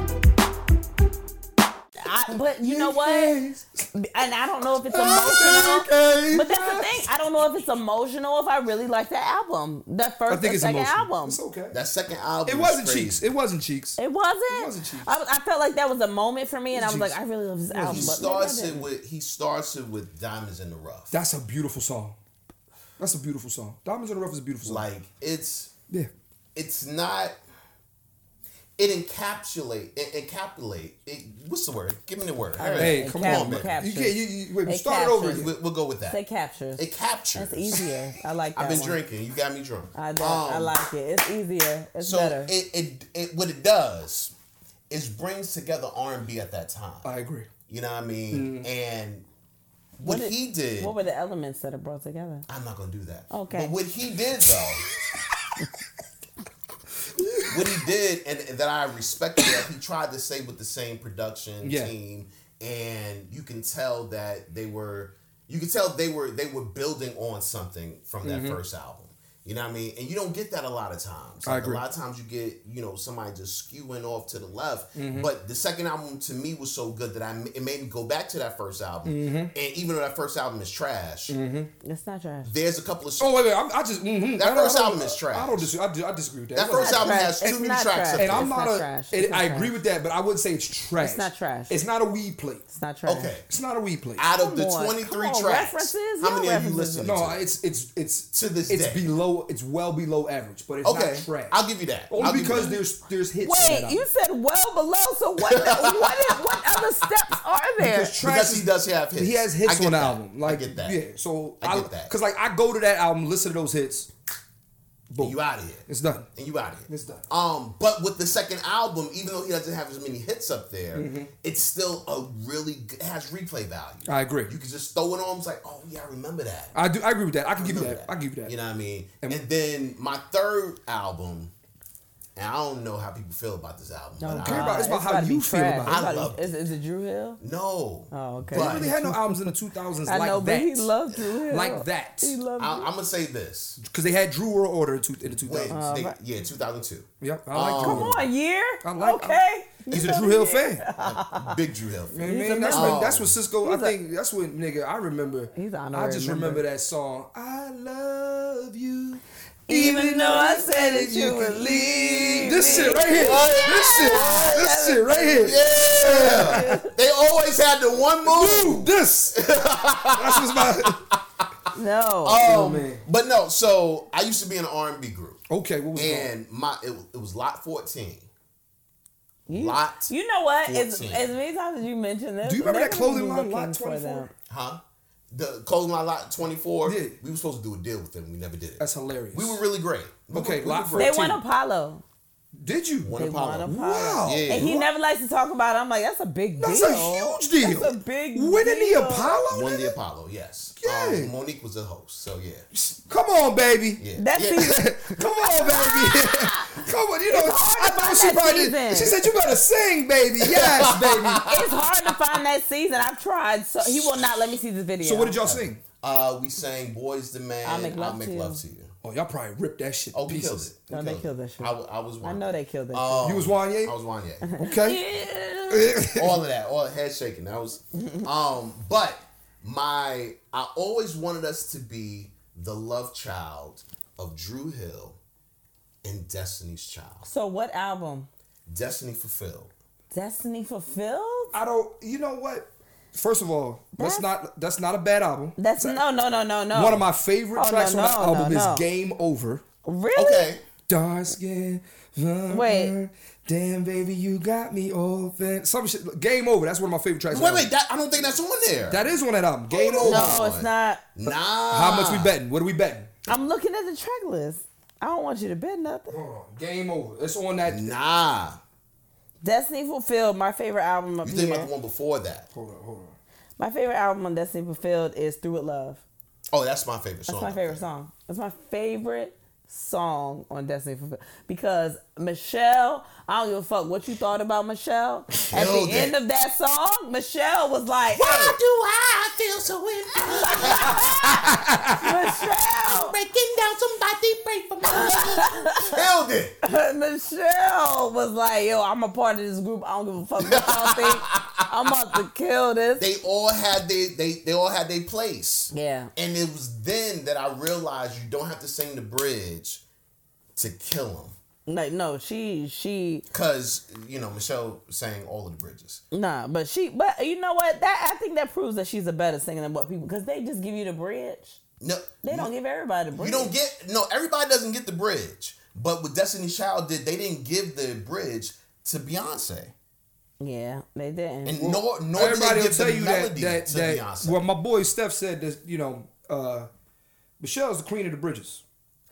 I, but you know In what? And case. I don't know if it's Just in emotional. case. But that's the thing. I don't know if it's emotional. If I really like that album, that first, I think and it's second emotional. album. It's okay. that second album. It is wasn't crazy. cheeks. It wasn't cheeks. It wasn't. wasn't cheap. I, was- I felt like that was a moment for me, and I was like, cheap. I really love this He album. but maybe I starts it didn't. with he starts it with diamonds in the rough. That's a beautiful song. That's a beautiful song. Diamonds in the Rough is a beautiful song. Like it's yeah. it's not. It encapsulate. It encapsulate. It, what's the word? Give me the word. Hey, It come cap- on, man. captures. You can't. You, you, wait, It start it over captures. again. We, will go with that. Say captures. It captures. That's easier. I like that. <laughs> I've been one. drinking. You got me drunk. I, do, I Um, like it. It's easier. It's So better. It, it it what it does is brings together R and B at that time. I agree. You know what I mean? And what, did- he did, Mm. what were the elements that it brought together? I'm not gonna do that. Okay. But what he did though, what he did, and, and that I respected, that he tried to stay with the same production Yeah. team, and you can tell that they were, you can tell they were they were building on something from that first album. You know what I mean? And you don't get that a lot of times. Mm-hmm. I Like, agree. A lot of times you get, you know, somebody just skewing off to the left. Mm-hmm. But the second album to me was so good that I it made me go back to that first album. Mm-hmm. And even though that first album is trash, It's not trash. there's a couple of Oh wait, wait. I'm, I just mhm. That I don't- first I don't- album is trash. I don't disagree. I, di- I disagree with that. That It first wasn't- album trash. has too It's many not tracks trash. up And there. I'm It's not, not a. trash. and It's not I agree trash. with that, but I wouldn't say it's trash. It's not trash. It's not a weed plate. It's not trash. Okay. It's not a weed plate. Out of the Come on. 23 Come on, tracks, references? Your how many are you references. listening no, to? it's it's it's To this It's day. below. It's well below average, but it's Okay, not trash. I'll give you that. Only I'll give you because that. there's there's hits. on that Wait, album. you said well below. So <laughs> what? what, is, what other steps are there? Because trash because is- he does have hits. He has I hits get on the that. album. Like, I get that. Yeah, so I get that. Because like I go to that album, listen to those hits, And you out of here. it's done. and you out of here. It's done. Um, but with the second album, even though he doesn't have as many hits up there, it's still a really g- it has replay value. Mm-hmm. I agree. You can just throw it on. It's like, oh yeah, I remember that. I do. I agree with that. I can give you remember that. I give you that. You know what I mean? And, then my third album, and I don't know how people feel about this album. Oh, but God, I, about- it's about how to you be feel trash. about It's it. I gotta be- loved Is, is it Drew Hill? no. Oh, okay. But He really had no albums in the 2000s I like know, that. but he loved Drew Hill. Like that. He loved. I, I'm gonna say this. Because they had Drew World Order in, two, in the 2000s. When they- <laughs> yeah, 2002. Yep. I like Come Drew World. on, year. I like- okay. He's You a know Drew Hill year. fan. Big Drew Hill. I fan. mean, that's when that's Oh. when Cisco. I think that's when nigga. I remember. He's an I honorary just member. remember that song. I love you, Even though I said that you would leave. This me. shit right here. This shit. This shit right here. Yeah. they always had the one move. Ooh, <laughs> this. That's what's my. No. Um, Oh man. But no, so I used to be in an R&B group, Okay, what was going? and my it, was- it was Lot 14. You- Lot, You know what? As, 14. as many times as you mentioned this, Do you remember they're that gonna clothing be line, Lot looking for 24? them. huh? The closing my lot 24. Yeah. We were supposed to do a deal with them. We never did it. That's hilarious. We were really great. We Okay, were- we Lot were They great. Fourteen. want Apollo. Did you? One They Apollo. want Apollo. Wow. Yeah. And he never likes to talk about it. I'm like, that's a big deal. That's a huge deal. That's a big Winning deal. the Apollo? Won the nigga? Apollo, yes. Yeah. Um, Monique was the host, so yeah. Come on, baby. yeah. That's yeah. the- <laughs> Come on, baby. <laughs> Come on. You know, It's hard I to know find she that probably did. season. She said, You better sing, <laughs> baby. Yes, <laughs> baby. It's hard to find that season. I've tried. So he will not let me see this video. So, what did y'all sing? <laughs> Uh, we sang "Boys the Man." I'll Make Love I'll make to You. love to you. Oh, y'all probably ripped that shit Oh, to we killed pieces. it. No, they killed that it. shit. I, wa- I was. I Wanye. know they killed that. Um, You was Wanye? I was <laughs> Wanye. Okay. all of that, all head shaking. That was. Um, but my, I always wanted us to be the love child of Drew Hill and Destiny's Child. so what album? Destiny fulfilled. Destiny Fulfilled? I don't, you know what? First of all, that's, That's- not that's not a bad album. That's no, no, no, no, no. One of my favorite Oh, tracks no, on that no, album no, no. is Game Over. really? Okay. Dark skin. Wait. Damn, baby, you got me open. Some shit. Game Over. That's one of my favorite tracks. on Wait, that wait. album. That, I don't think that's on there. That is on that album. Game Hold Over. on. No, it's not. nah. How much Ah. we betting? What are we betting? I'm looking at the track list. I don't want you to bet nothing. Game Over. It's on that. Nah. Destiny Fulfilled, my favorite album up You think here. about the one before that? Hold on, hold on. my favorite album on Destiny Fulfilled is Through It Love. Oh, that's my favorite song. That's my favorite song. That's my favorite song on Destiny Fulfilled because Michelle. I don't give a fuck what you thought about Michelle. At the Killed it. end of that song, Michelle was like, Why do I feel so empty? Michelle, Breaking down somebody, pray for me. Killed it. <laughs> Michelle was like, yo, I'm a part of this group. I don't give a fuck what y'all think. I'm about to kill this. They all had they they they all had their place. Yeah. And it was then that I realized you don't have to sing the bridge to kill them. like, no, she, she, Cause you know Michelle sang all of the bridges. nah, but she, but you know what? That I think that proves that she's a better singer than what people because they just give you the bridge. No, They don't give everybody the bridge. You don't get no. Everybody doesn't get the bridge. But what Destiny Child did, they didn't give the bridge to Beyonce, Yeah, they didn't. and nor nor did Everybody they will give tell the you that melody that to that. Beyonce. Well, my boy Steph said that you know, uh, Michelle's the queen of the bridges.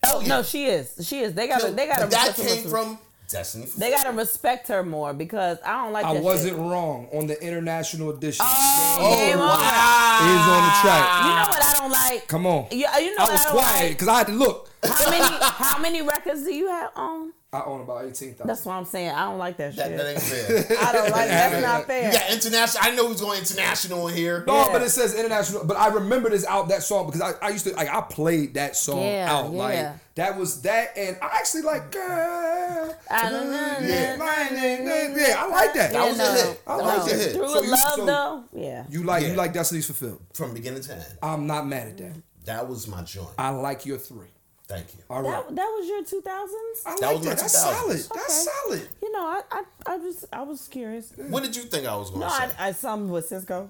Oh no, she is. She is. They got. to So They got to. that Respect came her. from Destiny. They got to respect her more because I don't like. I that wasn't Shit. wrong on the international edition. Oh, game game on. on. Is on the track. You know what I don't like? Come on. Yeah, you know I what was I don't quiet like. because I had to look. How <laughs> many? How many records do you have on? I own about eighteen That's thousand. what I'm saying. I don't like that shit. That, that ain't fair. <laughs> <laughs> I don't like. That's not you fair. got international. I know who's going international in here. No, Yeah. but it says international. But I remember this out that song because I, I used to like I played that song Yeah, out yeah. like that was that and I actually <laughs> like girl. I don't know. Yeah, my name- yeah, I like that. That was no. a hit. That like was a that. hit Through So a you- Oh, love so- though. Yeah. You like Yeah. you like Destiny's Fulfilled. from beginning to end. I'm not mad at that. That was my joint. I like your three. Thank you. All right. That, that was your 2000s. I That like was my that. That's 2000s. solid. That's solid. You know, I, I, I just, I was curious. What did you think I was going No, to I, say? I some with Cisco.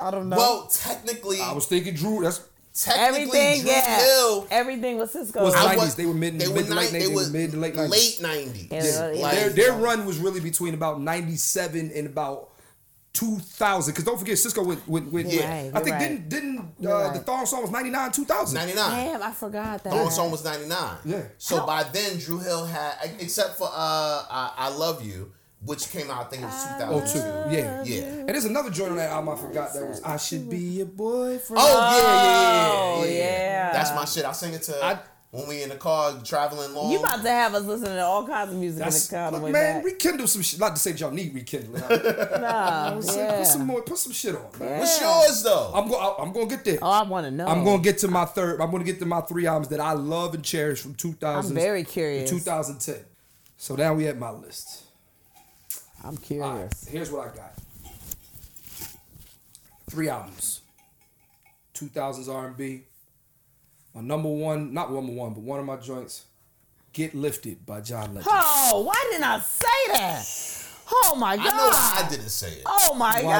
I don't know. well, technically, I was thinking Drew. That's technically, everything, Drew yeah, Hill. everything was Cisco. Was I like- 90s. They were mid- mid to late ni- 90s. They were mid to late 90s. late 90s. Yeah, Like, their their run was really between about '97 and about 2000. Because don't forget Cisco with with, with Yeah. Right, I think you're didn't didn't You're uh, the right. thong song was '99 2000. 99. Damn, I forgot that. Thorn Song was 99. Yeah. So by then, Drew Hill had, except for uh, I, I Love You, which came out, I think it was 2002. 02. Oh, Yeah. Yeah. And there's another joint on that album I forgot that was I should be your boyfriend. Oh, yeah, yeah, yeah, yeah, yeah. That's my shit. I sing it to I- when we in the car traveling long. You about to have us listening to all kinds of music in the That's, car on the look, way man, back. rekindle some shit. Not to say that y'all need rekindling. Put Nah, some- yeah. Put some more. Put some shit on, man. What's yours though? I'm going. I'm going to get there. Oh, I want to know. I'm gonna get to my third. I'm gonna get to my three albums that I love and cherish from 2000. I'm very curious. 2010. So now we at my list. I'm All right, curious. here's what I got. Three albums. 2000s R&B. My number one, not number one, but one of my joints, "Get Lifted" by John Legend. Oh, why didn't I say that? Oh my I god. know why I didn't say it. Oh my Why did- what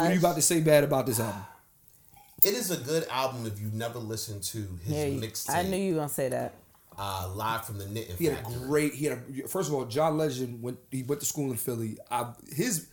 are you god. about to say bad about this album? It is a good album if you never listened to his Yeah, you- mixtape. I knew you were gonna say that. uh, live from the knitting He had a factory. great. He had a, first of all, John Legend went. He went to school in Philly. I, his,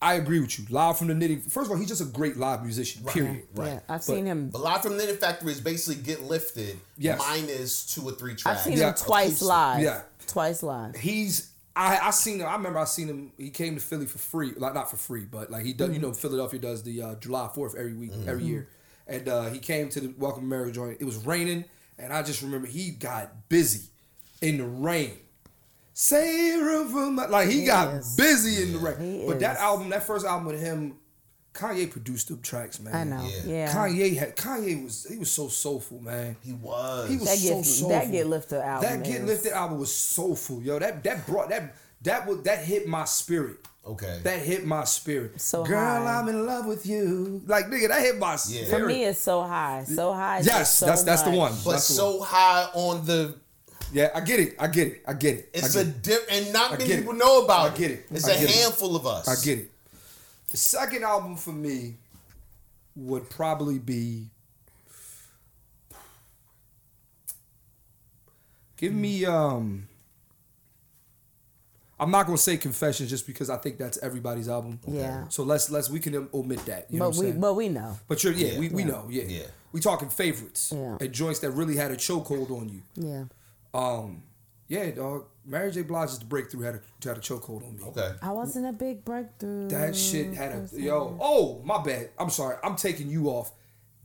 I agree with you. Live from the knitting. First of all, he's just a great live musician. Period. Right. Yeah, I've seen him. But live from the knitting factory is basically get lifted Yes. minus two or three tracks. I've seen Yeah. him twice Acoustic. live. Yeah. Twice live. he's I, I seen him. I remember I seen him. He came to Philly for free, like not for free, but like he does. Mm-hmm. You know, Philadelphia does the uh, July Fourth every week, every year, and uh, he came to the Welcome America joint. It was raining, and I just remember he got busy in the rain. Save room for my like he, got is. busy in the rain. He but that is. album, that first album with him, Kanye produced them tracks, man. I know. Yeah. Yeah. Kanye had Kanye was he was so soulful, man. He was. He was That so Get- soulful. that Get Lifted album That get is- lifted album was soulful, yo. That that brought that that was that hit my spirit. okay. That hit my spirit. So girl, high. I'm in love with you. Like nigga, that hit my spirit. For me, it's so high. So high. yes, so that's that's the much. one. but That's the one. so high on the. yeah, I get it. I get it. I get it. It's I a get it. dip, and I not many get it. people know about I it. get it. It's I a get it. handful of us. I get it. The second album for me would probably be. Give me um. I'm not gonna say Confessions just because I think that's everybody's album. Yeah. So let's let's we can omit that. You know what But I'm we saying? but we know. But you're yeah, we, we Yeah. know yeah. Yeah. We talking favorites Yeah. and joints that really had a chokehold on you. Yeah. Um, yeah, dog. Mary J. Blige's "The Breakthrough" had a had a chokehold on me. Okay. I wasn't a big breakthrough. That shit had a yo. Oh my bad. I'm sorry. I'm taking you off.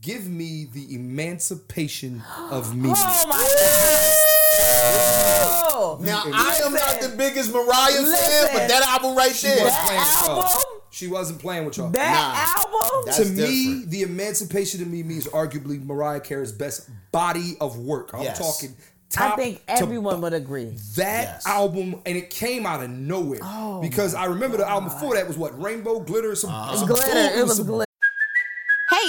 Give me the emancipation of <gasps> me. Oh my god! Now I am not the biggest Mariah fan, Listen. but that album right there. Wasn't playing with y'all. album? She wasn't playing with y'all. that album. That- to That's me, different. the emancipation of Mimi is arguably Mariah Carey's best body of work. I'm Yes. talking top I think to everyone would agree. that Yes. album and it came out of nowhere Oh because I remember the album before that was what rainbow glitter some, Uh-huh. some Glitter. It was some- glitter. Hey,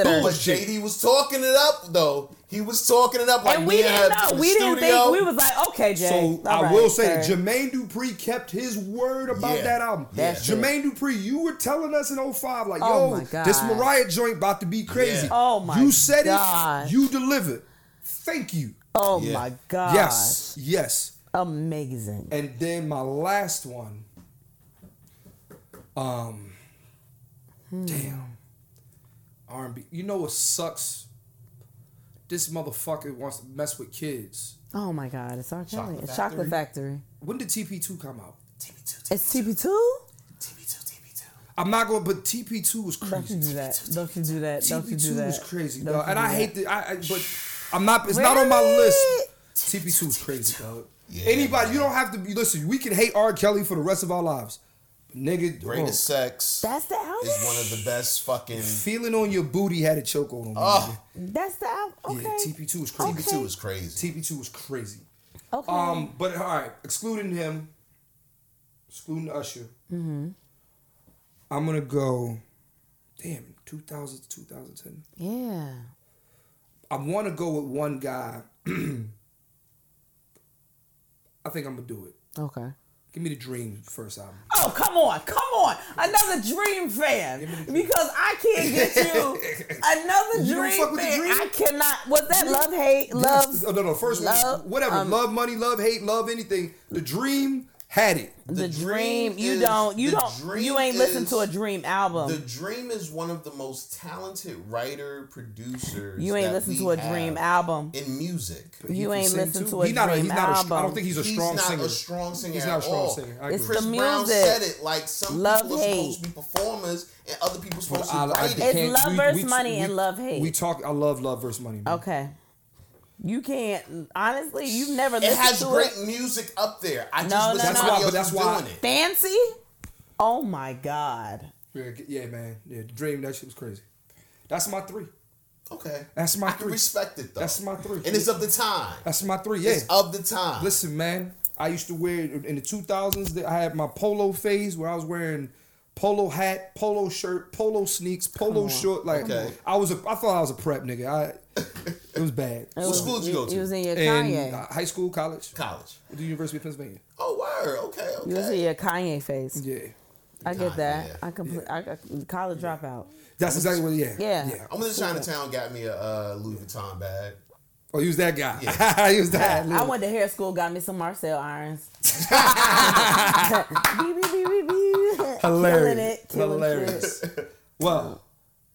But JD was talking it up though. He was talking it up Oh, like And we me and didn't her to know. the We didn't studio. think. We was like, okay, Jay. So all I right, will say, sir. Jermaine Dupri kept his word about Yeah. that album. That's Jermaine Dupri, you were telling us in 05, like, Oh my yo, God. this Mariah joint about to be crazy. Yeah. Oh my You said God. it, you delivered. Thank you. Oh Yeah. my god! Yes, yes. amazing. And then my last one. Um Hmm. damn. R and B. You know what sucks? This motherfucker wants to mess with kids. Oh my god! It's R. Kelly. Chocolate It's Chocolate Factory. When did TP two come out? TB2, It's TP two. TB2, TB2. I'm not going, but TP two was Don't you crazy. do that? Don't you do that? Don't you TP do two that? was crazy, Don't dog. you And do I that. hate the I, I but I'm not. It's not on my list. Really? TP two is crazy, dog. Anybody, you don't have to be. Listen, we can hate R. Kelly for the rest of our lives, but nigga. Greatest oh, Sex That's the album. is one of the best fucking. feeling on your booty had a chokehold on me. nigga. That's the album. Okay. Yeah, TP Oh, two was crazy. TB2 is crazy. TP two was crazy. Okay. Um, but all right, excluding him, excluding Usher, Mm-hmm. I'm gonna go. Damn, 2000 to 2010. yeah. I want to go with one guy. <clears throat> I think I'm gonna do it. Okay. Give me the Dream first album. Oh, come on, come on. Another dream fan. Because I <laughs> can't get you another You don't fuck dream with the fan. Dream? I cannot. Was that love, hate, love? Yes, oh, no, no, first one, love, whatever, um, love, money, love, hate, love, anything. The Dream had it. The, dream. Dream You is- don't, you The don't, Dream you ain't listened to a is- dream The album. Dream is one of the most talented writer producers. You ain't that listened we to a Dream have album. in music. You can ain't sing, listened too. to a He not Dream he's not A, I don't album. think he's a He's strong not singer. a strong singer. He's not a at strong all. singer. I It's agree. Chris the Brown music. said it like some Love, people are supposed hate. to be performers and other people are But supposed I- to I be writing. can't- It's love we- versus we- money we- and love hate. Oh. We talk. I love love versus money. man. Okay. You can't, honestly, you've never It listened has to great it. music up there. I just No, no, wish no. somebody That's why- else but that's was why- doing it. Fancy? Oh my God. Yeah, g- yeah, man. Yeah, Dream. That shit was crazy. That's my three. Okay, That's my I can three. respect it though. That's my three. and it's of the time. That's my three. Yeah. It's of the time. Listen, man. I used to wear in the two thousands. I had my polo phase where I was wearing polo hat, polo shirt, polo sneaks, polo short. Like Okay. I was. A, I thought I was a prep nigga. I. It was bad. <laughs> what school did you go He to? was in your and Oh, Kanye. uh, high school, college, College. the University of Pennsylvania. Oh Word. Okay. Okay. You'll see your Kanye face. Yeah. I get that. Kanye. I complete. I got college dropout. That's exactly what. Yeah. Yeah. Yeah. I went to Chinatown, got me a uh, Louis Vuitton bag. Oh, use that guy. <laughs> use that. I went to hair school, got me some Marcel <laughs> irons. beep, beep, beep, beep, beep. Killing Hilarious. it. Killing Hilarious. Shit. <laughs> Well,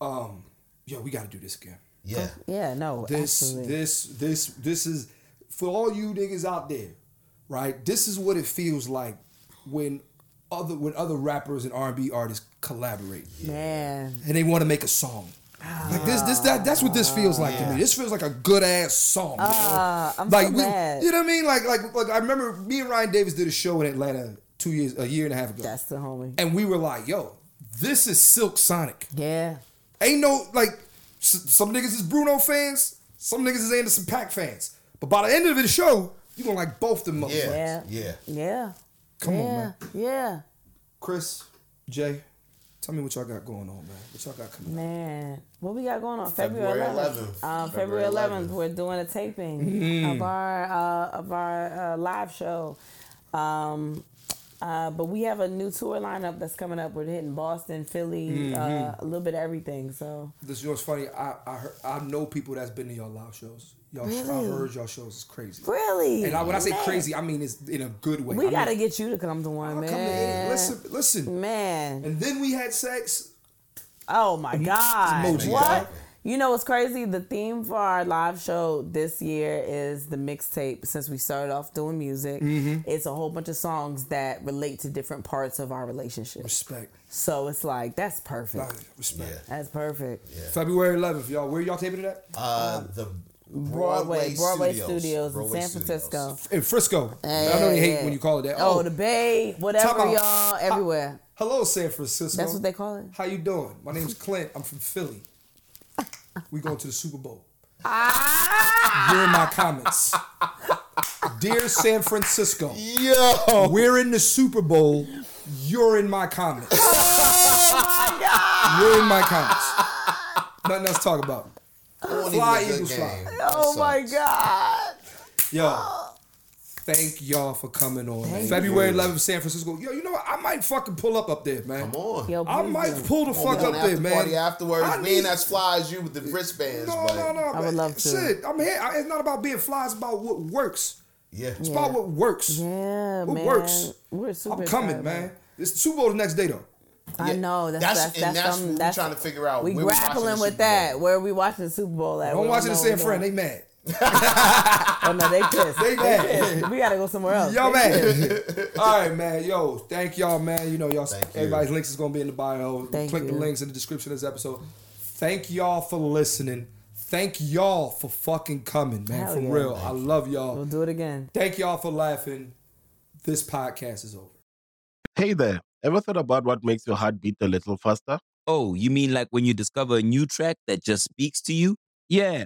um, yo, we got to do this again. Yeah. Yeah, no. This, absolutely. this, this, this is for all you niggas out there, right? This is what it feels like when other when other rappers and R and B artists collaborate Man. and they want to make a song. Like this, this that that's what this feels like to me. This feels like a good ass song. Ah, I'm like so we- glad. you know what I mean? Like like like I remember me and Ryan Davis did a show in Atlanta two years a year and a half ago, That's the homie. and we were like, yo, this is Silk Sonic. Yeah. Ain't no like s- some niggas is Bruno fans, some niggas is Anderson Pack fans. But by the end of the show, you gonna like both them motherfuckers. Yeah. Yeah. Yeah. Yeah. Come yeah. on, man. Yeah. Chris, Jay, tell me what y'all got going on, man. What y'all got coming? up? Man, what we got going on? February February 11th. 11th. Um, February February 11th, 11th. we're doing a taping Mm-hmm. of our uh, of our uh, live show. Um, uh, but we have a new tour lineup that's coming up. We're hitting Boston, Philly, Mm-hmm. uh, a little bit of everything. So This you know what's funny. I I, heard, I know people that's been to y'all live shows. Y'all, I Really? heard y'all shows is crazy. really, And I, when I say Man. crazy, I mean it's in a good way. we I gotta mean, get you to come to one, I'll man. come in. Listen, listen. man. And then we had sex. Oh my God. emoji. What? You know what's crazy? The theme for our live show this year is the mixtape. Since we started off doing music, Mm-hmm. it's a whole bunch of songs that relate to different parts of our relationship. Respect. So it's like that's perfect. Respect. Respect. That's perfect. February 11th, y'all. Where y'all taping it at? Uh, the Broadway, Broadway, Broadway Studios, Studios, Broadway in San Studios. Francisco. In Frisco. I know they hate when you call it that. Oh, the Bay, Time whatever, out. y'all, everywhere. Hello, San Francisco. That's what they call it. How you doing? My name's Clint. I'm from Philly. We going to the Super Bowl. Ah! You're in my comments. Dear San Francisco, Oh. Yo. we're in the Super Bowl. You're in my comments. Oh, You're in my comments. Nothing else to talk about. Fly, Eagles, fly. Oh my God. Yo, thank y'all for coming on. man. February 11th, San Francisco. Yo, you know what? I might fucking pull up up there, man. Come on. Yo, I please do. might pull the We're fuck up going after there, man. Party afterwards. I Me need- and that's fly as you with the wristbands. No, but no, no. I would man. love to. Shit, I'm here. I- It's not about being fly. It's about what works. Yeah. It's about what works. Yeah, What man. works? We're super I'm coming, excited. man. It's the Super Bowl the next day, though. I Yeah, know that's that's- that's that's, and that's something- what we trying to figure out, We where we watching the grappling Super with Bowl. that. Where we watching the Super Bowl at? Don't We watch it know and where San we Fran. They going. mad. Oh no, they pissed. They they mad. pissed. <laughs> We gotta go somewhere else. Y'all They pissed. mad. All right, man. Yo, thank y'all, man. You know, y'all. Thank you. everybody's links is gonna be in the bio. Thank Click the you. links in the description of this episode. Thank y'all for listening. Thank y'all for fucking coming, man. Hell for yeah. real, I love y'all. We'll do it again. Thank y'all for laughing. This podcast is over. Hey there, ever thought about what makes your heart beat a little faster? Oh, you mean like when you discover a new track that just speaks to you? Yeah,